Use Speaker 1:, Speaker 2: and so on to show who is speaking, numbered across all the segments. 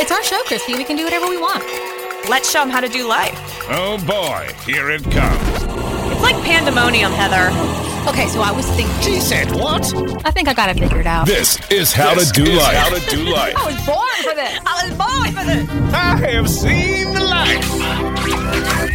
Speaker 1: It's our show, Christy. We can do whatever we want.
Speaker 2: Let's show them how to do life.
Speaker 3: Oh boy, here it comes.
Speaker 2: It's like pandemonium, Heather.
Speaker 1: Okay, so I was thinking.
Speaker 3: He said what?
Speaker 1: I think I got it figured out.
Speaker 3: This is how
Speaker 4: This
Speaker 3: to do
Speaker 4: is
Speaker 3: life.
Speaker 4: how to do life.
Speaker 1: I was born for this.
Speaker 2: I was born for this.
Speaker 3: I have seen the light.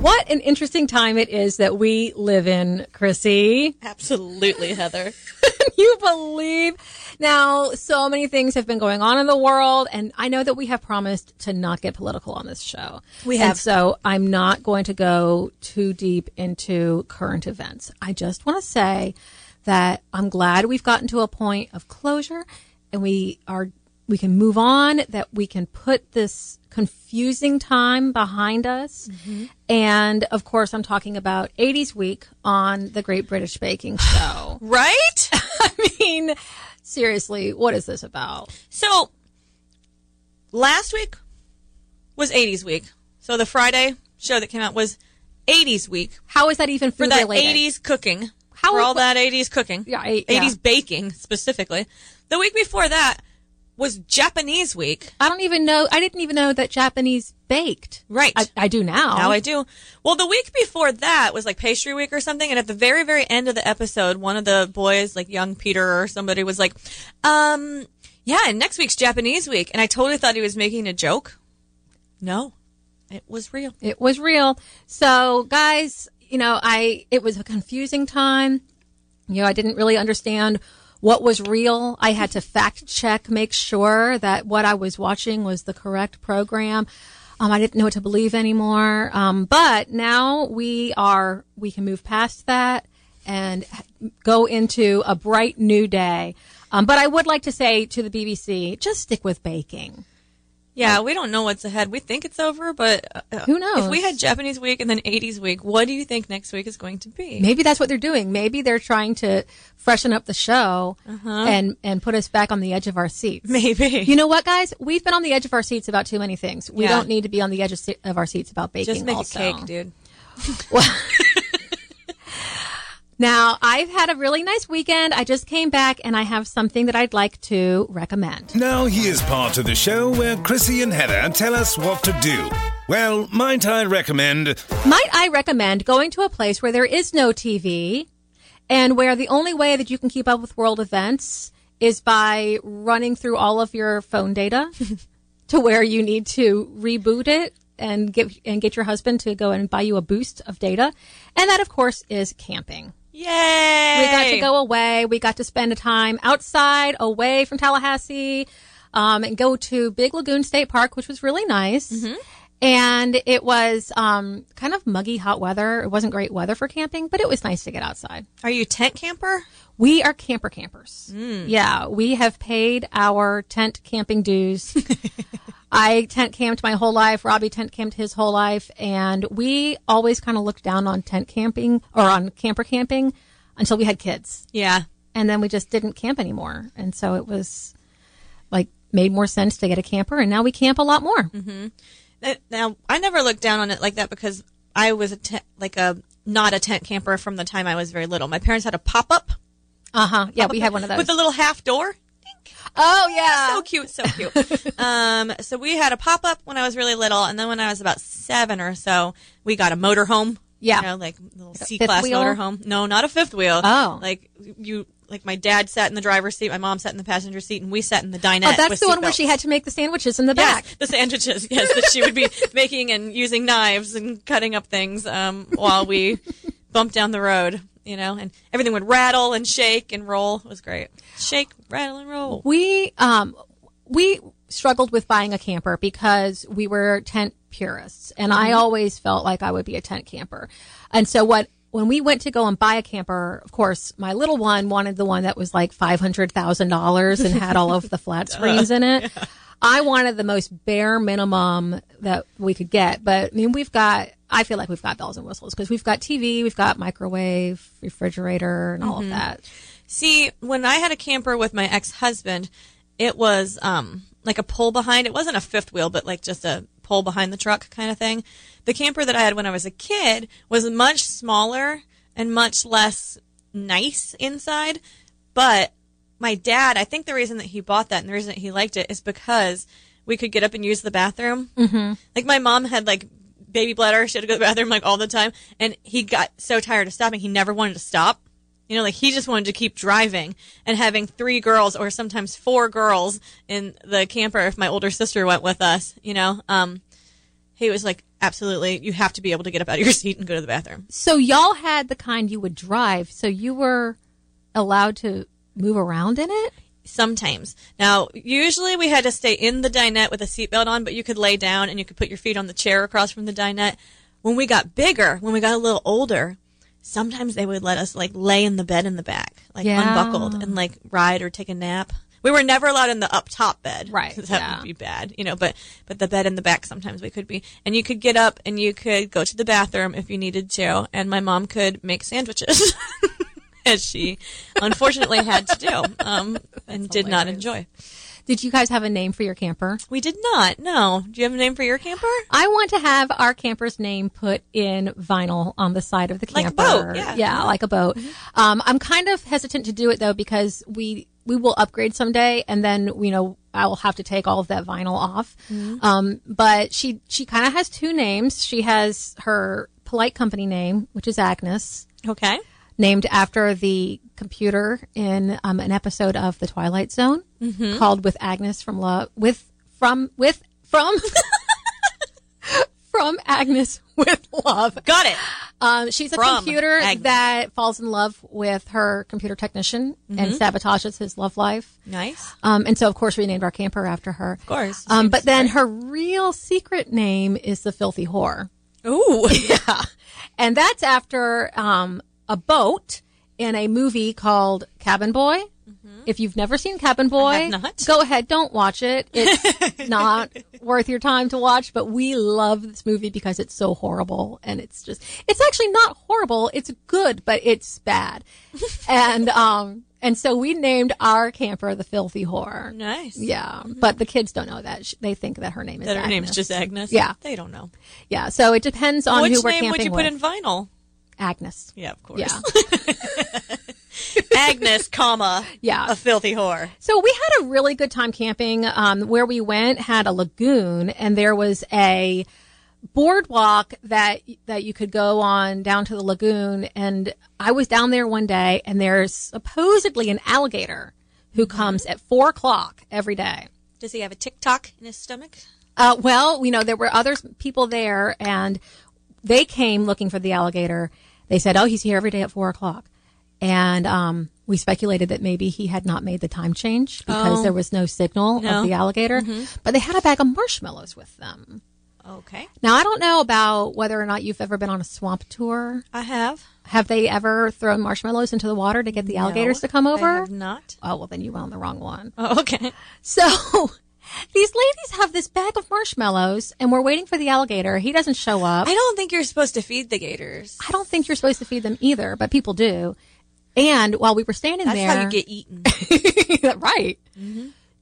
Speaker 5: What an interesting time it is that we live in, Chrissy.
Speaker 6: Absolutely, Heather.
Speaker 5: Can you believe? Now, so many things have been going on in the world, and I know that we have promised to not get political on this show.
Speaker 6: We
Speaker 5: And
Speaker 6: have.
Speaker 5: so I'm not going to go too deep into current events. I just want to say that I'm glad we've gotten to a point of closure and we are we can move on that we can put this confusing time behind us.
Speaker 6: Mm-hmm.
Speaker 5: And of course, I'm talking about 80s week on the Great British Baking Show.
Speaker 6: Right?
Speaker 5: I mean, seriously, what is this about?
Speaker 6: So last week was 80s week. So the Friday show that came out was 80s week
Speaker 5: How is that even food
Speaker 6: for that
Speaker 5: related?
Speaker 6: 80s cooking.
Speaker 5: How
Speaker 6: for
Speaker 5: is
Speaker 6: all
Speaker 5: that-
Speaker 6: that 80s cooking.
Speaker 5: Yeah, I- yeah.
Speaker 6: 80s baking specifically. The week before that was Japanese week.
Speaker 5: I don't even know. I didn't even know that Japanese baked.
Speaker 6: Right.
Speaker 5: I, I do now.
Speaker 6: Now I do. Well, the week before that was like pastry week or something. And at the very, very end of the episode, one of the boys, like young Peter or somebody was like, um, yeah, and next week's Japanese week. And I totally thought he was making a joke. No, it was real.
Speaker 5: It was real. So, guys, you know, I it was a confusing time. You know, I didn't really understand what was real. I had to fact check, make sure that what I was watching was the correct program. Um, I didn't know what to believe anymore. Um, but now we are we can move past that and go into a bright new day. Um, but I would like to say to the BBC, just stick with baking.
Speaker 6: Yeah, we don't know what's ahead. We think it's over, but uh,
Speaker 5: Oh. Who knows?
Speaker 6: If we had Japanese week and then 80s week, what do you think next week is going to be?
Speaker 5: Maybe that's what they're doing. Maybe they're trying to freshen up the show and and put us back on the edge of our seats.
Speaker 6: Uh-huh. Maybe.
Speaker 5: You know what, guys? We've been on the edge of our seats about too many things. We
Speaker 6: Yeah.
Speaker 5: don't need to be on the edge of, se- of our seats about baking.
Speaker 6: Just make
Speaker 5: also.
Speaker 6: a cake, dude.
Speaker 5: Now, I've had a really nice weekend. I just came back, and I have something that I'd like to recommend.
Speaker 4: Now here's part of the show where Chrissy and Heather tell us what to do. Well, might I recommend
Speaker 5: Might I recommend going to a place where there is no TV, and where the only way that you can keep up with world events is by running through all of your phone data to where you need to reboot it and get and get your husband to go and buy you a boost of data. And that of course is camping.
Speaker 6: Yay!
Speaker 5: We got to go away. We got to spend a time outside away from Tallahassee um, and go to Big Lagoon State Park, which was really nice. And it was um, kind of muggy hot weather. It wasn't great weather for camping, but it was nice to get outside.
Speaker 6: Are you tent camper?
Speaker 5: We are camper campers. Yeah, we have paid our tent camping dues. I tent camped my whole life. Robbie tent camped his whole life. And we always kind of looked down on tent camping or on camper camping until we had kids.
Speaker 6: Yeah.
Speaker 5: And then we just didn't camp anymore. And so it was like made more sense to get a camper. And now we camp a lot more.
Speaker 6: Uh, now I never looked down on it like that because I was a te- like a not a tent camper from the time I was very little. My parents had a pop up
Speaker 5: Uh huh. Yeah, we had one of those.
Speaker 6: with a little half door.
Speaker 5: oh, yeah.
Speaker 6: So cute, so cute. um, so we had a pop up when I was really little, and then when I was about seven or so, we got a motorhome.
Speaker 5: Yeah.
Speaker 6: you know, like little
Speaker 5: a
Speaker 6: C
Speaker 5: fifth
Speaker 6: class
Speaker 5: wheel?
Speaker 6: motorhome. No, not a fifth wheel.
Speaker 5: Oh.
Speaker 6: like you. Like my dad sat in the driver's seat, my mom sat in the passenger seat, and we sat in the
Speaker 5: Oh,
Speaker 6: dinette.
Speaker 5: that's
Speaker 6: with
Speaker 5: the one where
Speaker 6: seatbelts.
Speaker 5: she had to make the sandwiches in the back.
Speaker 6: Yes, the sandwiches. Yes, that she would be making and using knives and cutting up things um, while we bumped down the road. You know, and everything would rattle and shake and roll. It was great. Shake, rattle, and roll.
Speaker 5: we um we struggled with buying a camper because we were tent purists and i always felt like i would be a tent camper and so what when we went to go and buy a camper of course my little one wanted the one that was like $500000 and had all of the flat screens in it I wanted the most bare minimum that we could get, but I mean, we've got. I feel like we've got bells and whistles because we've got TV, we've got microwave, refrigerator, and all of that.
Speaker 6: See, when I had a camper with my ex-husband, it was um like a pull behind. It wasn't a fifth wheel, but like just a pull behind the truck kind of thing. The camper that I had when I was a kid was much smaller and much less nice inside, but my dad, I think the reason that he bought that and the reason that he liked it is because we could get up and use the bathroom. Mm-hmm. Like my mom had like baby bladder, she had to go to the bathroom like all the time, and he got so tired of stopping, he never wanted to stop. You know, like he just wanted to keep driving and having three girls or sometimes four girls in the camper. If my older sister went with us, you know, um, he was like, absolutely, you have to be able to get up out of your seat and go to the bathroom.
Speaker 5: So y'all had the kind you would drive, so you were allowed to move around in it.
Speaker 6: sometimes. Now, usually we had to stay in the dinette with a seatbelt on, but you could lay down and you could put your feet on the chair across from the dinette. When we got bigger, when we got a little older, sometimes they would let us like lay in the bed in the back, like
Speaker 5: Yeah.
Speaker 6: unbuckled and like ride or take a nap. We were never allowed in the up top bed,
Speaker 5: Right,
Speaker 6: 'cause that
Speaker 5: yeah.
Speaker 6: would be bad, you know. But but the bed in the back sometimes we could be, and you could get up and you could go to the bathroom if you needed to, and my mom could make sandwiches. as she unfortunately had to do um, and did not enjoy.
Speaker 5: Did you guys have a name for your camper?
Speaker 6: We did not. No. Do you have a name for your camper?
Speaker 5: I want to have our camper's name put in vinyl on the side of the
Speaker 6: Like a
Speaker 5: camper.
Speaker 6: boat, yeah. Mm-hmm.
Speaker 5: like a boat. Um, I'm kind of hesitant to do it though because we we will upgrade someday, and then you know I will have to take all of that vinyl off.
Speaker 6: Mm-hmm.
Speaker 5: Um, but she she kind of has two names. She has her polite company name, which is Agnes,
Speaker 6: Okay.
Speaker 5: named after the computer in um, an episode of The Twilight Zone
Speaker 6: Mm-hmm.
Speaker 5: called "With Agnes from Love" with from with from from Agnes with Love.
Speaker 6: Got it.
Speaker 5: Um, she's a
Speaker 6: From
Speaker 5: computer
Speaker 6: Agnes.
Speaker 5: that falls in love with her computer technician and
Speaker 6: Mm-hmm.
Speaker 5: sabotages his love life.
Speaker 6: Nice.
Speaker 5: Um, and so, of course, we named our camper after her. Of
Speaker 6: course.
Speaker 5: Um, but then her real secret name is the Filthy Whore.
Speaker 6: Ooh.
Speaker 5: Yeah. And that's after um, a boat in a movie called Cabin Boy. If you've never seen Cabin Boy,
Speaker 6: Mm-hmm. have not.
Speaker 5: go ahead, don't watch it. It's not worth your time to watch, but we love this movie because it's so horrible and it's just it's actually not horrible, it's good, but it's bad. and um and so we named our camper the Filthy Whore.
Speaker 6: Nice.
Speaker 5: Yeah, but the kids don't know that. Sh- They think that her name is
Speaker 6: Mm-hmm. That her
Speaker 5: Agnes.
Speaker 6: name's just Agnes.
Speaker 5: Yeah.
Speaker 6: They don't know.
Speaker 5: Yeah, so it depends on who
Speaker 6: Which
Speaker 5: we're
Speaker 6: name
Speaker 5: camping
Speaker 6: would you
Speaker 5: with.
Speaker 6: put in vinyl?
Speaker 5: Agnes.
Speaker 6: Yeah, of course.
Speaker 5: Yeah.
Speaker 6: Agnes, comma,
Speaker 5: Yeah.
Speaker 6: a filthy whore.
Speaker 5: So we had a really good time camping. Um, where we went had a lagoon, and there was a boardwalk that that you could go on down to the lagoon. And I was down there one day, and there's supposedly an alligator who comes at four o'clock every day.
Speaker 6: Does he have a TikTok in his stomach?
Speaker 5: Uh, well, you know, there were other people there and they came looking for the alligator. They said, oh, he's here every day at four o'clock. And, um, we speculated that maybe he had not made the time change because there was no signal
Speaker 6: Oh. No. Mm-hmm.
Speaker 5: of the alligator, but they had a bag of marshmallows with them.
Speaker 6: Okay.
Speaker 5: Now, I don't know about whether or not you've ever been on a swamp tour.
Speaker 6: I have.
Speaker 5: Have they ever thrown marshmallows into the water to get the alligators
Speaker 6: No,
Speaker 5: to come over?
Speaker 6: I have not.
Speaker 5: Oh, well, then you went on the wrong one.
Speaker 6: Oh, okay.
Speaker 5: So these ladies have this bag of marshmallows, and we're waiting for the alligator. He doesn't show up.
Speaker 6: I don't think you're supposed to feed the gators.
Speaker 5: I don't think you're supposed to feed them either, but people do. And while we were standing
Speaker 6: That's
Speaker 5: there,
Speaker 6: how you Mm-hmm. get eaten.
Speaker 5: right.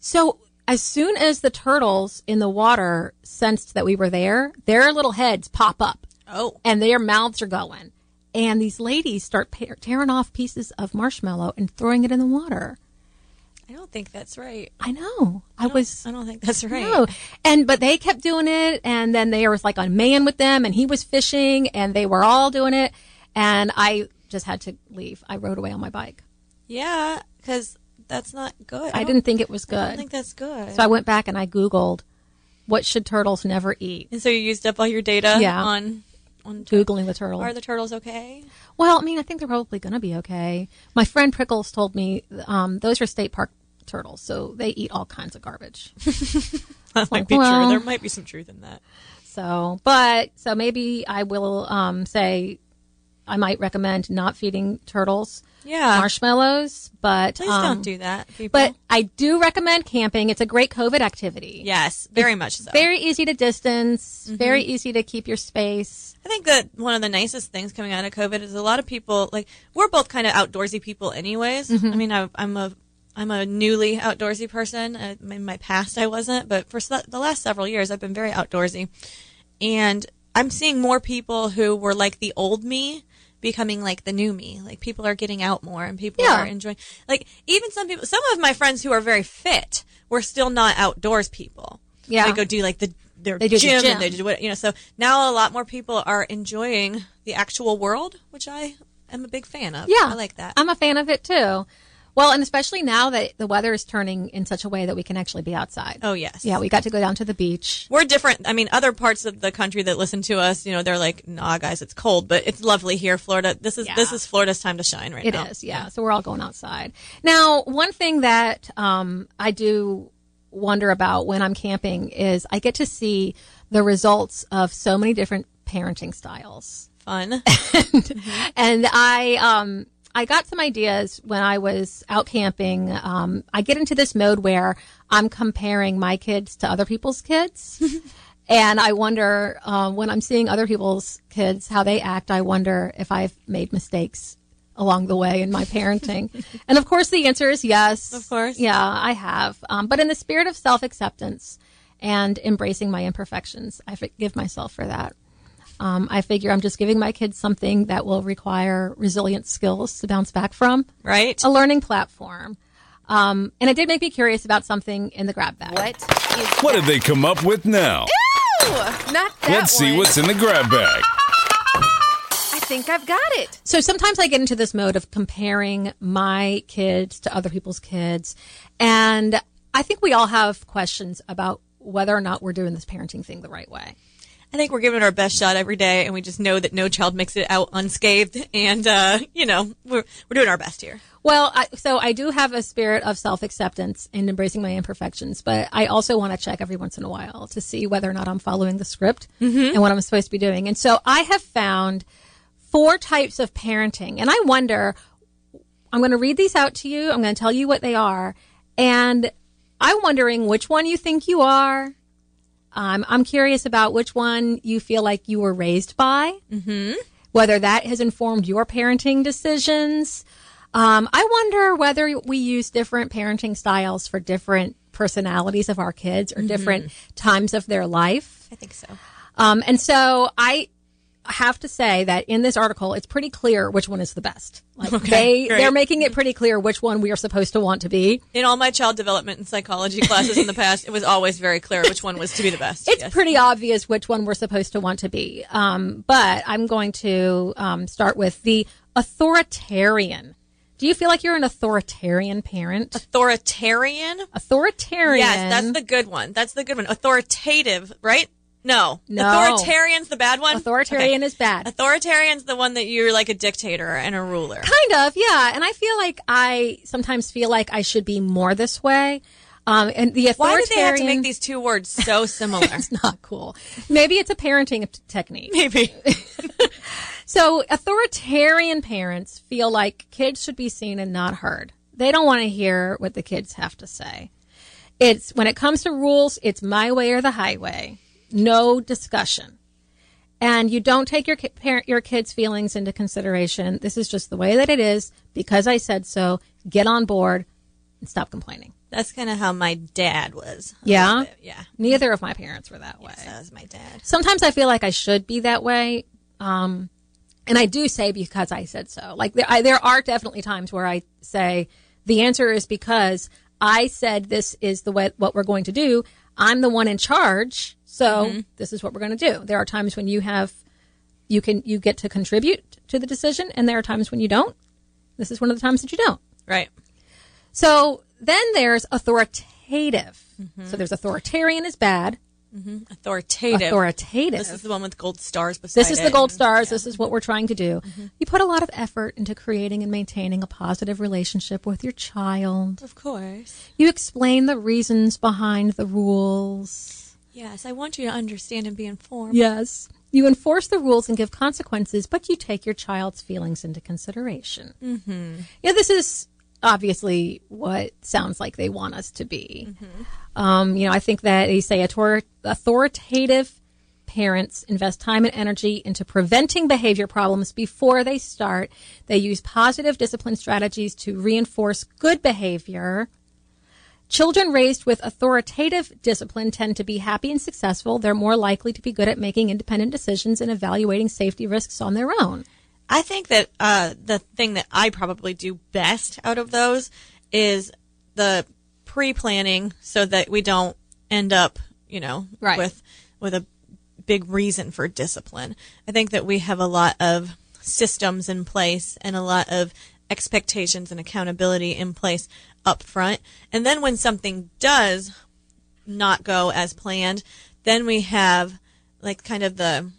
Speaker 5: So as soon as the turtles in the water sensed that we were there, their little heads pop up
Speaker 6: Oh.
Speaker 5: and their mouths are going. And these ladies start pe- tearing off pieces of marshmallow and throwing it in the water.
Speaker 6: I don't think that's right.
Speaker 5: I know. I, was.
Speaker 6: I don't think that's right.
Speaker 5: No. And but they kept doing it and then there was like a man with them and he was fishing and they were all doing it and I just had to leave. I rode away on my bike.
Speaker 6: Yeah, because that's not good.
Speaker 5: I,
Speaker 6: don't-
Speaker 5: didn't think it was
Speaker 6: I
Speaker 5: good.
Speaker 6: don't think that's good.
Speaker 5: so I went back and I googled what should turtles never eat.
Speaker 6: and so you used up all your data
Speaker 5: Yeah.
Speaker 6: on on tur-
Speaker 5: Googling the turtle.
Speaker 6: Are the turtles okay?
Speaker 5: well, I mean, I think they're probably going to be okay. My friend Prickles told me um, those are state park turtles, so they eat all kinds of garbage.
Speaker 6: That might be
Speaker 5: well-
Speaker 6: true. There might be some truth in that.
Speaker 5: So, but so maybe I will um, say I might recommend not feeding turtles
Speaker 6: Yeah.
Speaker 5: marshmallows. But
Speaker 6: Please
Speaker 5: um,
Speaker 6: don't do that. People.
Speaker 5: But I do recommend camping. It's a great COVID activity.
Speaker 6: yes, very much so.
Speaker 5: Very easy to distance. Very easy to keep your space.
Speaker 6: I think that one of the nicest things coming out of COVID is a lot of people like we're both kind of outdoorsy people, anyways.
Speaker 5: Mm-hmm.
Speaker 6: I mean, I, I'm a I'm a newly outdoorsy person. Uh, In my past, I wasn't, but for se- the last several years, I've been very outdoorsy, and I'm seeing more people who were like the old me becoming like the new me. Like people are getting out more, and people
Speaker 5: Yeah.
Speaker 6: are enjoying. Like even some people, some of my friends who are very fit, were still not outdoors people.
Speaker 5: Yeah.
Speaker 6: they go do like the their
Speaker 5: They do the
Speaker 6: gym,
Speaker 5: gym.
Speaker 6: and they do what you know. So now a lot more people are enjoying the actual world, which I am a big fan of.
Speaker 5: Yeah.
Speaker 6: I like that.
Speaker 5: I'm a fan of it too. Well, and especially now that the weather is turning in such a way that we can actually be outside.
Speaker 6: oh yes,
Speaker 5: Yeah, we got to go down to the beach.
Speaker 6: We're different. I mean, other parts of the country that listen to us, you know, they're like, "Nah, guys, it's cold, but it's lovely here, Florida. This is this
Speaker 5: Yeah.
Speaker 6: is Florida's time to shine right
Speaker 5: It is,
Speaker 6: now."
Speaker 5: yeah. So we're all going outside. Now, one thing that um, I do wonder about when I'm camping is I get to see the results of so many different parenting styles.
Speaker 6: Fun.
Speaker 5: And I, um, I got some ideas when I was out camping. Um, I get into this mode where I'm comparing my kids to other people's kids. and I wonder uh, when I'm seeing other people's kids, how they act. I wonder if I've made mistakes along the way in my parenting. and of course, the answer is yes.
Speaker 6: Of course.
Speaker 5: Yeah, I have. Um, but in the spirit of self acceptance and embracing my imperfections, I forgive myself for that. Um, I figure I'm just giving my kids something that will require resilient skills to bounce back from,
Speaker 6: Right?
Speaker 5: a learning platform. Um, and it did make me curious about something in the grab bag.
Speaker 1: What is
Speaker 4: What did they come up with now?
Speaker 1: not that
Speaker 4: Let's see
Speaker 1: one.
Speaker 4: what's in the grab bag.
Speaker 1: I think I've got it.
Speaker 5: So sometimes I get into this mode of comparing my kids to other people's kids. And I think we all have questions about whether or not we're doing this parenting thing the right way.
Speaker 6: I think we're giving it our best shot every day, and we just know that no child makes it out unscathed. And uh, you know, we're we're doing our best here.
Speaker 5: Well, I, so I do have a spirit of self acceptance and embracing my imperfections, but I also want to check every once in a while to see whether or not I'm following the script and what I'm supposed to be doing. And so I have found four types of parenting, and I wonder I'm going to read these out to you. I'm going to tell you what they are. And I'm wondering which one you think you are. Um, I'm curious about which one you feel like you were raised by, mm-hmm. whether that has informed your parenting decisions. Um, I wonder whether we use different parenting styles for different personalities of our kids
Speaker 6: Mm-hmm.
Speaker 5: or different times of their life.
Speaker 6: I think so.
Speaker 5: Um, and so I have to say that in this article, it's pretty clear which one is the best. Like they,
Speaker 6: great.
Speaker 5: they're making it pretty clear which one we are supposed to want to be.
Speaker 6: In all my child development and psychology classes in the past, it was always very clear which one was to be the best.
Speaker 5: It's
Speaker 6: Yes.
Speaker 5: pretty obvious which one we're supposed to want to be. Um, but I'm going to um, start with the authoritarian. Do you feel like you're an authoritarian parent?
Speaker 6: authoritarian.
Speaker 5: Authoritarian.
Speaker 6: Yes, that's the good one. That's the good one. Authoritative, right? No.
Speaker 5: No.
Speaker 6: Authoritarian's the bad one.
Speaker 5: authoritarian
Speaker 6: Okay.
Speaker 5: is bad.
Speaker 6: Authoritarian's the one that you're like a dictator and a ruler.
Speaker 5: kind of yeah and i feel like i sometimes feel like i should be more this way um, and the
Speaker 6: Why
Speaker 5: authoritarian
Speaker 6: did they have to make these two words so similar?
Speaker 5: not cool maybe it's a parenting t- technique
Speaker 6: Maybe.
Speaker 5: so authoritarian parents feel like kids should be seen and not heard they don't want to hear what the kids have to say it's when it comes to rules it's my way or the highway no discussion and you don't take your ki- parent your kids feelings into consideration this is just the way that it is because i said so get on board and stop complaining
Speaker 6: That's kind of how my dad was. a
Speaker 5: Yeah?
Speaker 6: little bit. Yeah.
Speaker 5: neither of my parents were that way
Speaker 6: That was my dad.
Speaker 5: sometimes I feel like I should be that way. Um, and I do say because I said so. Like there, I, there are definitely times where I say the answer is because I said this is the way what we're going to do. I'm the one in charge, so
Speaker 6: Mm-hmm.
Speaker 5: this is what we're going to do. There are times when you have you can you get to contribute to the decision, and there are times when you don't. This is one of the times that you don't.
Speaker 6: Right.
Speaker 5: So then there's authoritative.
Speaker 6: Mm-hmm.
Speaker 5: So there's authoritarian is bad.
Speaker 6: Authoritative.
Speaker 5: Authoritative.
Speaker 6: This is the one with gold stars beside
Speaker 5: This is the
Speaker 6: it.
Speaker 5: gold stars. This is what we're trying to do. You put a lot of effort into creating and maintaining a positive relationship with your child.
Speaker 6: Of course.
Speaker 5: You explain the reasons behind the rules.
Speaker 6: Yes, I want you to understand and be informed.
Speaker 5: Yes. You enforce the rules and give consequences, but you take your child's feelings into consideration. Mm-hmm. Yeah, this is obviously what sounds like they want us to be. Um, you know, I think that they say author- authoritative parents invest time and energy into preventing behavior problems before they start. They use positive discipline strategies to reinforce good behavior. Children raised with authoritative discipline tend to be happy and successful. They're more likely to be good at making independent decisions and evaluating safety risks on their own.
Speaker 6: I think that uh, the thing that I probably do best out of those is the pre-planning, so that we don't end up, you know,
Speaker 5: Right.
Speaker 6: with with a big reason for discipline. I think that we have a lot of systems in place and a lot of expectations and accountability in place up front, and then when something does not go as planned, then we have like kind of the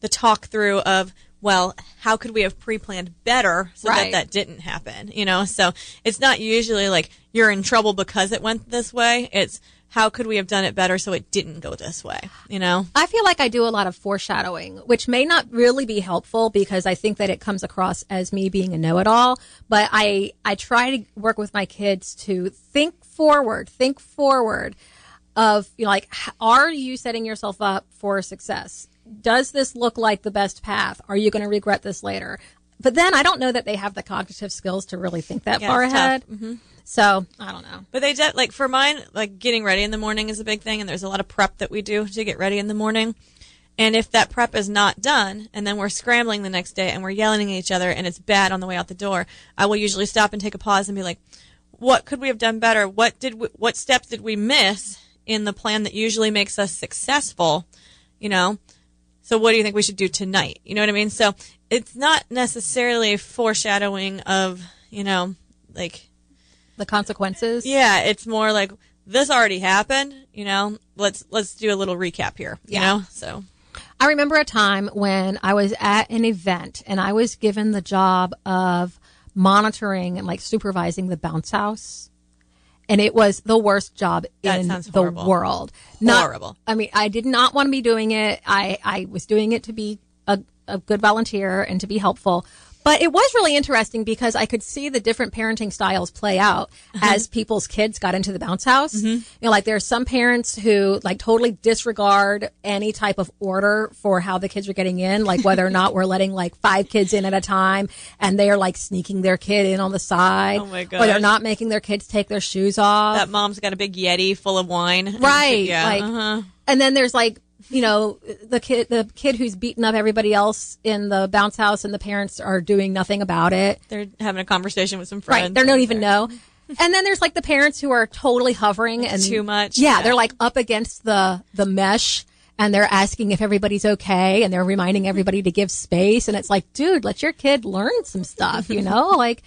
Speaker 6: the talk through of well how could we have pre-planned better so
Speaker 5: Right.
Speaker 6: that that didn't happen you know so it's not usually like you're in trouble because it went this way it's how could we have done it better so it didn't go this way you know
Speaker 5: I feel like I do a lot of foreshadowing, which may not really be helpful because I think that it comes across as me being a know-it-all, but I I try to work with my kids to think forward, think forward of, you know, like h- are you setting yourself up for success? Does this look like the best path? Are you going to regret this later? But then I don't know that they have the cognitive skills to really think that
Speaker 6: Yeah,
Speaker 5: far
Speaker 6: it's tough.
Speaker 5: ahead. So, I don't know.
Speaker 6: But they de- like for mine, like getting ready in the morning is a big thing, and there's a lot of prep that we do to get ready in the morning. And if that prep is not done, and then we're scrambling the next day and we're yelling at each other, and it's bad on the way out the door, I will usually stop and take a pause and be like, "What could we have done better? What did we, what steps did we miss in the plan that usually makes us successful?" You know. So what do you think we should do tonight? You know what I mean? So it's not necessarily foreshadowing of, you know, like
Speaker 5: The consequences?
Speaker 6: yeah, it's more like this already happened, you know. Let's let's do a little recap here,
Speaker 5: Yeah.
Speaker 6: you know. So
Speaker 5: I remember a time when I was at an event and I was given the job of monitoring and like supervising the bounce house. And it was the worst job
Speaker 6: That
Speaker 5: in
Speaker 6: sounds
Speaker 5: the
Speaker 6: horrible.
Speaker 5: world. Not-
Speaker 6: Horrible.
Speaker 5: I mean, I did not want to be doing it. I, I was doing it to be a, a good volunteer and to be helpful. But it was really interesting because I could see the different parenting styles play out
Speaker 6: Uh-huh.
Speaker 5: as people's kids got into the bounce house.
Speaker 6: Mm-hmm.
Speaker 5: You know, like there are some parents who like totally disregard any type of order for how the kids are getting in, like whether or not we're letting like five kids in at a time and they are like sneaking their kid in on the side.
Speaker 6: Oh, my
Speaker 5: Or they're
Speaker 6: gosh.
Speaker 5: not making their kids take their shoes off
Speaker 6: that mom's got a big yeti full of wine,
Speaker 5: right
Speaker 6: yeah,
Speaker 5: like
Speaker 6: uh-huh.
Speaker 5: and then there's like you know the kid the kid who's beaten up everybody else in the bounce house and the parents are doing nothing about it
Speaker 6: they're having a conversation with some friends.
Speaker 5: right they don't even know and then there's like the parents who are totally hovering and
Speaker 6: too much,
Speaker 5: yeah,
Speaker 6: yeah.
Speaker 5: they're like up against the the mesh and they're asking if everybody's okay and they're reminding everybody to give space and it's like dude let your kid learn some stuff you know like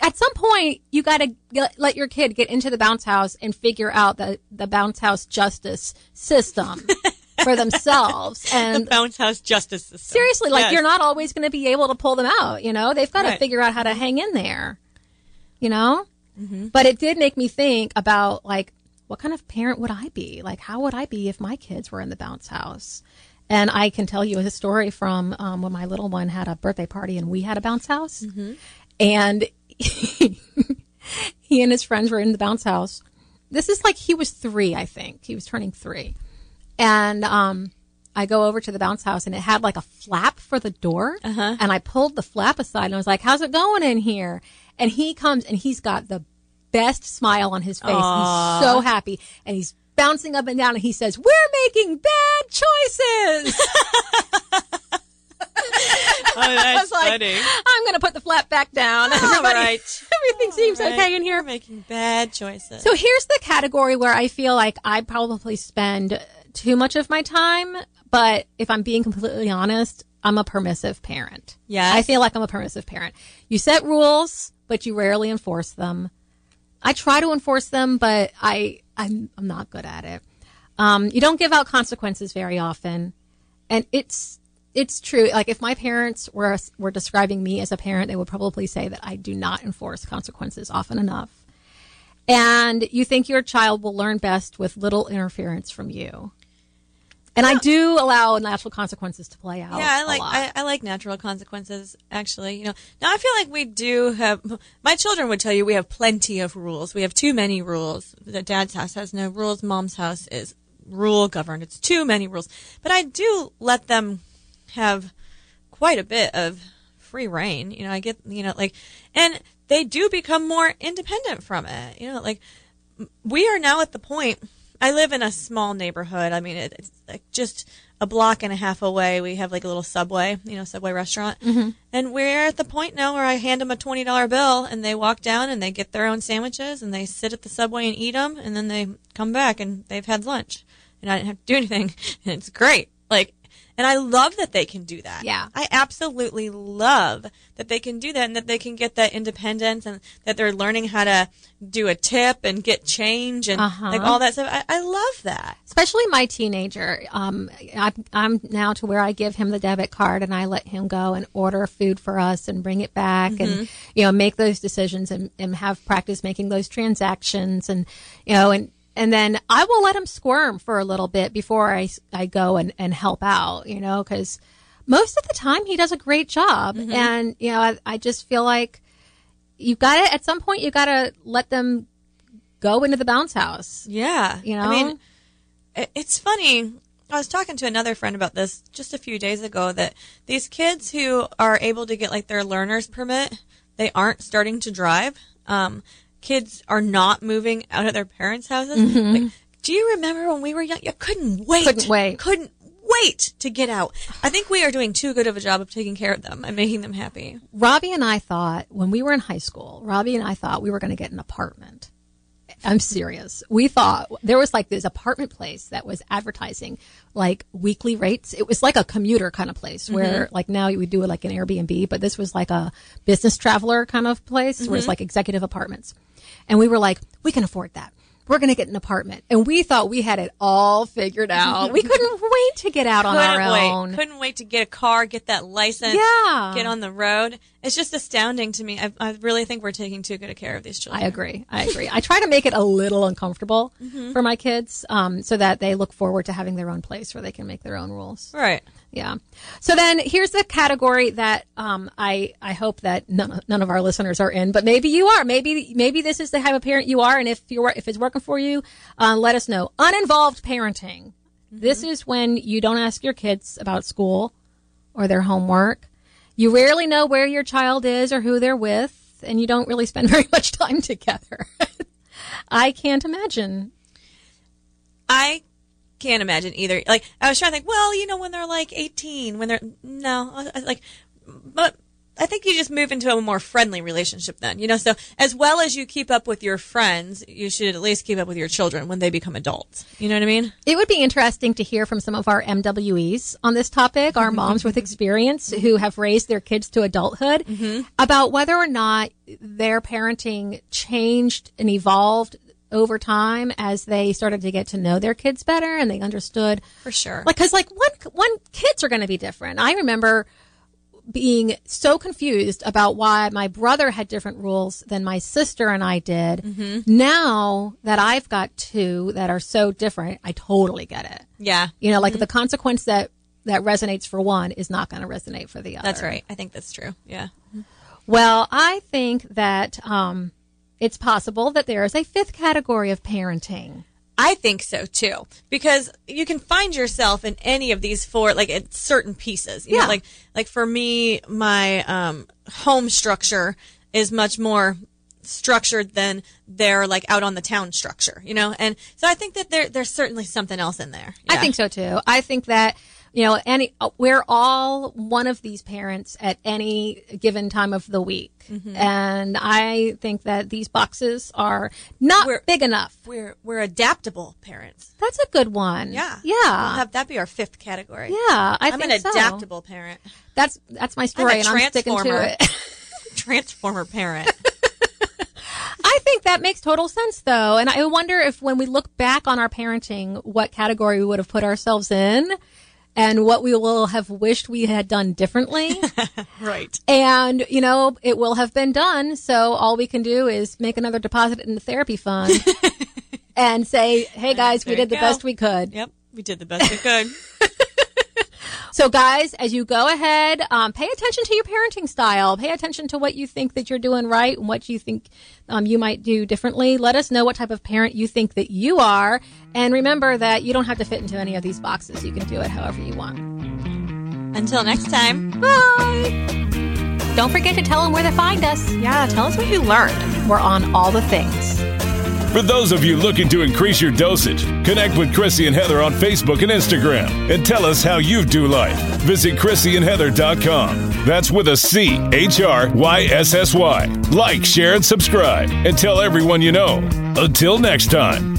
Speaker 5: at some point you got to let your kid get into the bounce house and figure out the the bounce house justice system for themselves and
Speaker 6: bounce house justice system.
Speaker 5: seriously like
Speaker 6: Yes.
Speaker 5: you're not always going to be able to pull them out you know they've got to
Speaker 6: Right.
Speaker 5: figure out how to hang in there you know
Speaker 6: Mm-hmm.
Speaker 5: but it did make me think about like what kind of parent would i be like how would i be if my kids were in the bounce house and i can tell you a story from um, when my little one had a birthday party and we had a bounce house
Speaker 6: Mm-hmm.
Speaker 5: and he and his friends were in the bounce house this is like he was three i think he was turning three and um, I go over to the bounce house and it had like a flap for the door.
Speaker 6: Uh-huh.
Speaker 5: And I pulled the flap aside and I was like, how's it going in here? And he comes and he's got the best smile on his face. He's so happy and he's bouncing up and down and he says, we're making bad choices.
Speaker 6: Oh, that's
Speaker 5: like,
Speaker 6: funny.
Speaker 5: I'm going to put the flap back down.
Speaker 6: All
Speaker 5: Everybody,
Speaker 6: right.
Speaker 5: everything seems
Speaker 6: All right.
Speaker 5: okay in here.
Speaker 6: We're making bad choices.
Speaker 5: So here's the category where I feel like I probably spend too much of my time, but if I'm being completely honest, I'm a permissive parent.
Speaker 6: Yes.
Speaker 5: I feel like I'm a permissive parent. You set rules, but you rarely enforce them. I try to enforce them, but I I'm, I'm not good at it. Um, you don't give out consequences very often, and it's it's true. Like if my parents were were describing me as a parent, they would probably say that I do not enforce consequences often enough. And you think your child will learn best with little interference from you. And I do allow natural consequences to play out.
Speaker 6: Yeah, I
Speaker 5: a
Speaker 6: like
Speaker 5: lot.
Speaker 6: I, I like natural consequences. Actually, you know, now I feel like we do have. My children would tell you we have plenty of rules. We have too many rules. The dad's house has no rules. Mom's house is rule governed. It's too many rules. But I do let them have quite a bit of free reign. You know, I get you know like, and they do become more independent from it. You know, like we are now at the point. I live in a small neighborhood. I mean, it, it's like just a block and a half away. We have like a little subway, you know, subway restaurant, and we're at the point now where I hand them a twenty dollar bill, and they walk down and they get their own sandwiches, and they sit at the subway and eat them, and then they come back and they've had lunch, and I didn't have to do anything, and it's great. Like, and I love that they can do that.
Speaker 5: Yeah.
Speaker 6: I absolutely love that they can do that and that they can get that independence and that they're learning how to do a tip and get change and
Speaker 5: Uh-huh.
Speaker 6: like all that stuff. I, I love that.
Speaker 5: especially my teenager. Um, I, I'm now to where I give him the debit card and I let him go and order food for us and bring it back and you know make those decisions and, and have practice making those transactions and you know and and then I will let him squirm for a little bit before I s- I go and and help out you know because most of the time he does a great job and you know I, I just feel like you got to at some point you got to let them go into the bounce house
Speaker 6: Yeah.
Speaker 5: you know
Speaker 6: I mean, it- it's funny. I was talking to another friend about this just a few days ago that these kids who are able to get like their learner's permit, they aren't starting to drive. Um, kids are not moving out of their parents' houses. Like, do you remember when we were young? You couldn't wait.
Speaker 5: Mm-hmm. Couldn't wait.
Speaker 6: Couldn't wait to get out. I think we are doing too good of a job of taking care of them and making them happy.
Speaker 5: Robbie and I thought when we were in high school, Robbie and I thought we were going to get an apartment. I'm serious. We thought there was like this apartment place that was advertising like weekly rates. It was like a commuter kind of place where
Speaker 6: Mm-hmm.
Speaker 5: like now you would do it like an Airbnb, but this was like a business traveler kind of place where
Speaker 6: Mm-hmm.
Speaker 5: it's like executive apartments. And we were like, we can afford that. We're going to get an apartment. And we thought we had it all figured out. we couldn't wait to get out on
Speaker 6: couldn't
Speaker 5: our
Speaker 6: wait.
Speaker 5: own.
Speaker 6: Couldn't wait to get a car, get that license,
Speaker 5: Yeah.
Speaker 6: get on the road. It's just astounding to me. I, I really think we're taking too good a care of these children.
Speaker 5: I agree. I agree. I try to make it a little uncomfortable for my kids um, so that they look forward to having their own place where they can make their own rules.
Speaker 6: right.
Speaker 5: Yeah. So then here's the category that um, I I hope that none, none of our listeners are in, but maybe you are. Maybe maybe this is the type of parent you are, and if you're if it's working for you, uh, let us know. Uninvolved parenting. This is when you don't ask your kids about school or their homework. You rarely know where your child is or who they're with, and you don't really spend very much time together. I can't imagine.
Speaker 6: I can't imagine either. Like I was trying to think. Well, you know, when they're like eighteen, when they're no, I- I- like, but I think you just move into a more friendly relationship then. You know, so as well as you keep up with your friends, you should at least keep up with your children when they become adults. You know what I mean?
Speaker 5: It would be interesting to hear from some of our MWEs on this topic, our moms with experience who have raised their kids to adulthood, about whether or not their parenting changed and evolved over time as they started to get to know their kids better and they understood
Speaker 6: For sure.
Speaker 5: like because like one one kids are going to be different i remember being so confused about why my brother had different rules than my sister and i did
Speaker 6: Mm-hmm.
Speaker 5: now that i've got two that are so different i totally get it
Speaker 6: yeah.
Speaker 5: you know like the consequence that that resonates for one is not going to resonate for the other
Speaker 6: That's right. I think that's true. Yeah.
Speaker 5: well i think that um it's possible that there is a fifth category of parenting
Speaker 6: I think so too, because you can find yourself in any of these four, like at certain pieces. You know,
Speaker 5: Yeah.
Speaker 6: like, like for me, my, um, home structure is much more structured than their like out on the town structure, you know? And so I think that there, there's certainly something else in there.
Speaker 5: I
Speaker 6: Yeah.
Speaker 5: think so too. I think that you know, any uh, we're all one of these parents at any given time of the week,
Speaker 6: Mm-hmm.
Speaker 5: and I think that these boxes are not
Speaker 6: We're-
Speaker 5: big enough.
Speaker 6: we're, we're adaptable parents.
Speaker 5: That's a good one.
Speaker 6: Yeah.
Speaker 5: yeah,
Speaker 6: We'll have that be our fifth category.
Speaker 5: yeah. I
Speaker 6: I'm
Speaker 5: think
Speaker 6: an
Speaker 5: so.
Speaker 6: adaptable parent,
Speaker 5: That's that's my story, and I'm sticking
Speaker 6: transformer.
Speaker 5: to it.
Speaker 6: transformer parent.
Speaker 5: I think that makes total sense, though, and I wonder if when we look back on our parenting, what category we would have put ourselves in, and what we will have wished we had done differently.
Speaker 6: right.
Speaker 5: And, you know, it will have been done. So all we can do is make another deposit in the therapy fund and say, hey guys, we
Speaker 6: There you
Speaker 5: did the
Speaker 6: go.
Speaker 5: best we could.
Speaker 6: Yep. We did the best we could.
Speaker 5: So, guys, as you go ahead, um, pay attention to your parenting style. Pay attention to what you think that you're doing right and what you think um, you might do differently. Let us know what type of parent you think that you are. And remember that you don't have to fit into any of these boxes. You can do it however you want.
Speaker 6: Until next time.
Speaker 5: Bye.
Speaker 1: Don't forget to tell them where to find us.
Speaker 2: Yeah, tell us what you learned.
Speaker 1: We're on all the things.
Speaker 4: For those of you looking to increase your dosage, connect with Chrissy and Heather on Facebook and Instagram and tell us how you do life. Visit ChrissyandHeather.com. That's with a C H R Y S S Y. Like, share, and subscribe, and tell everyone you know. Until next time.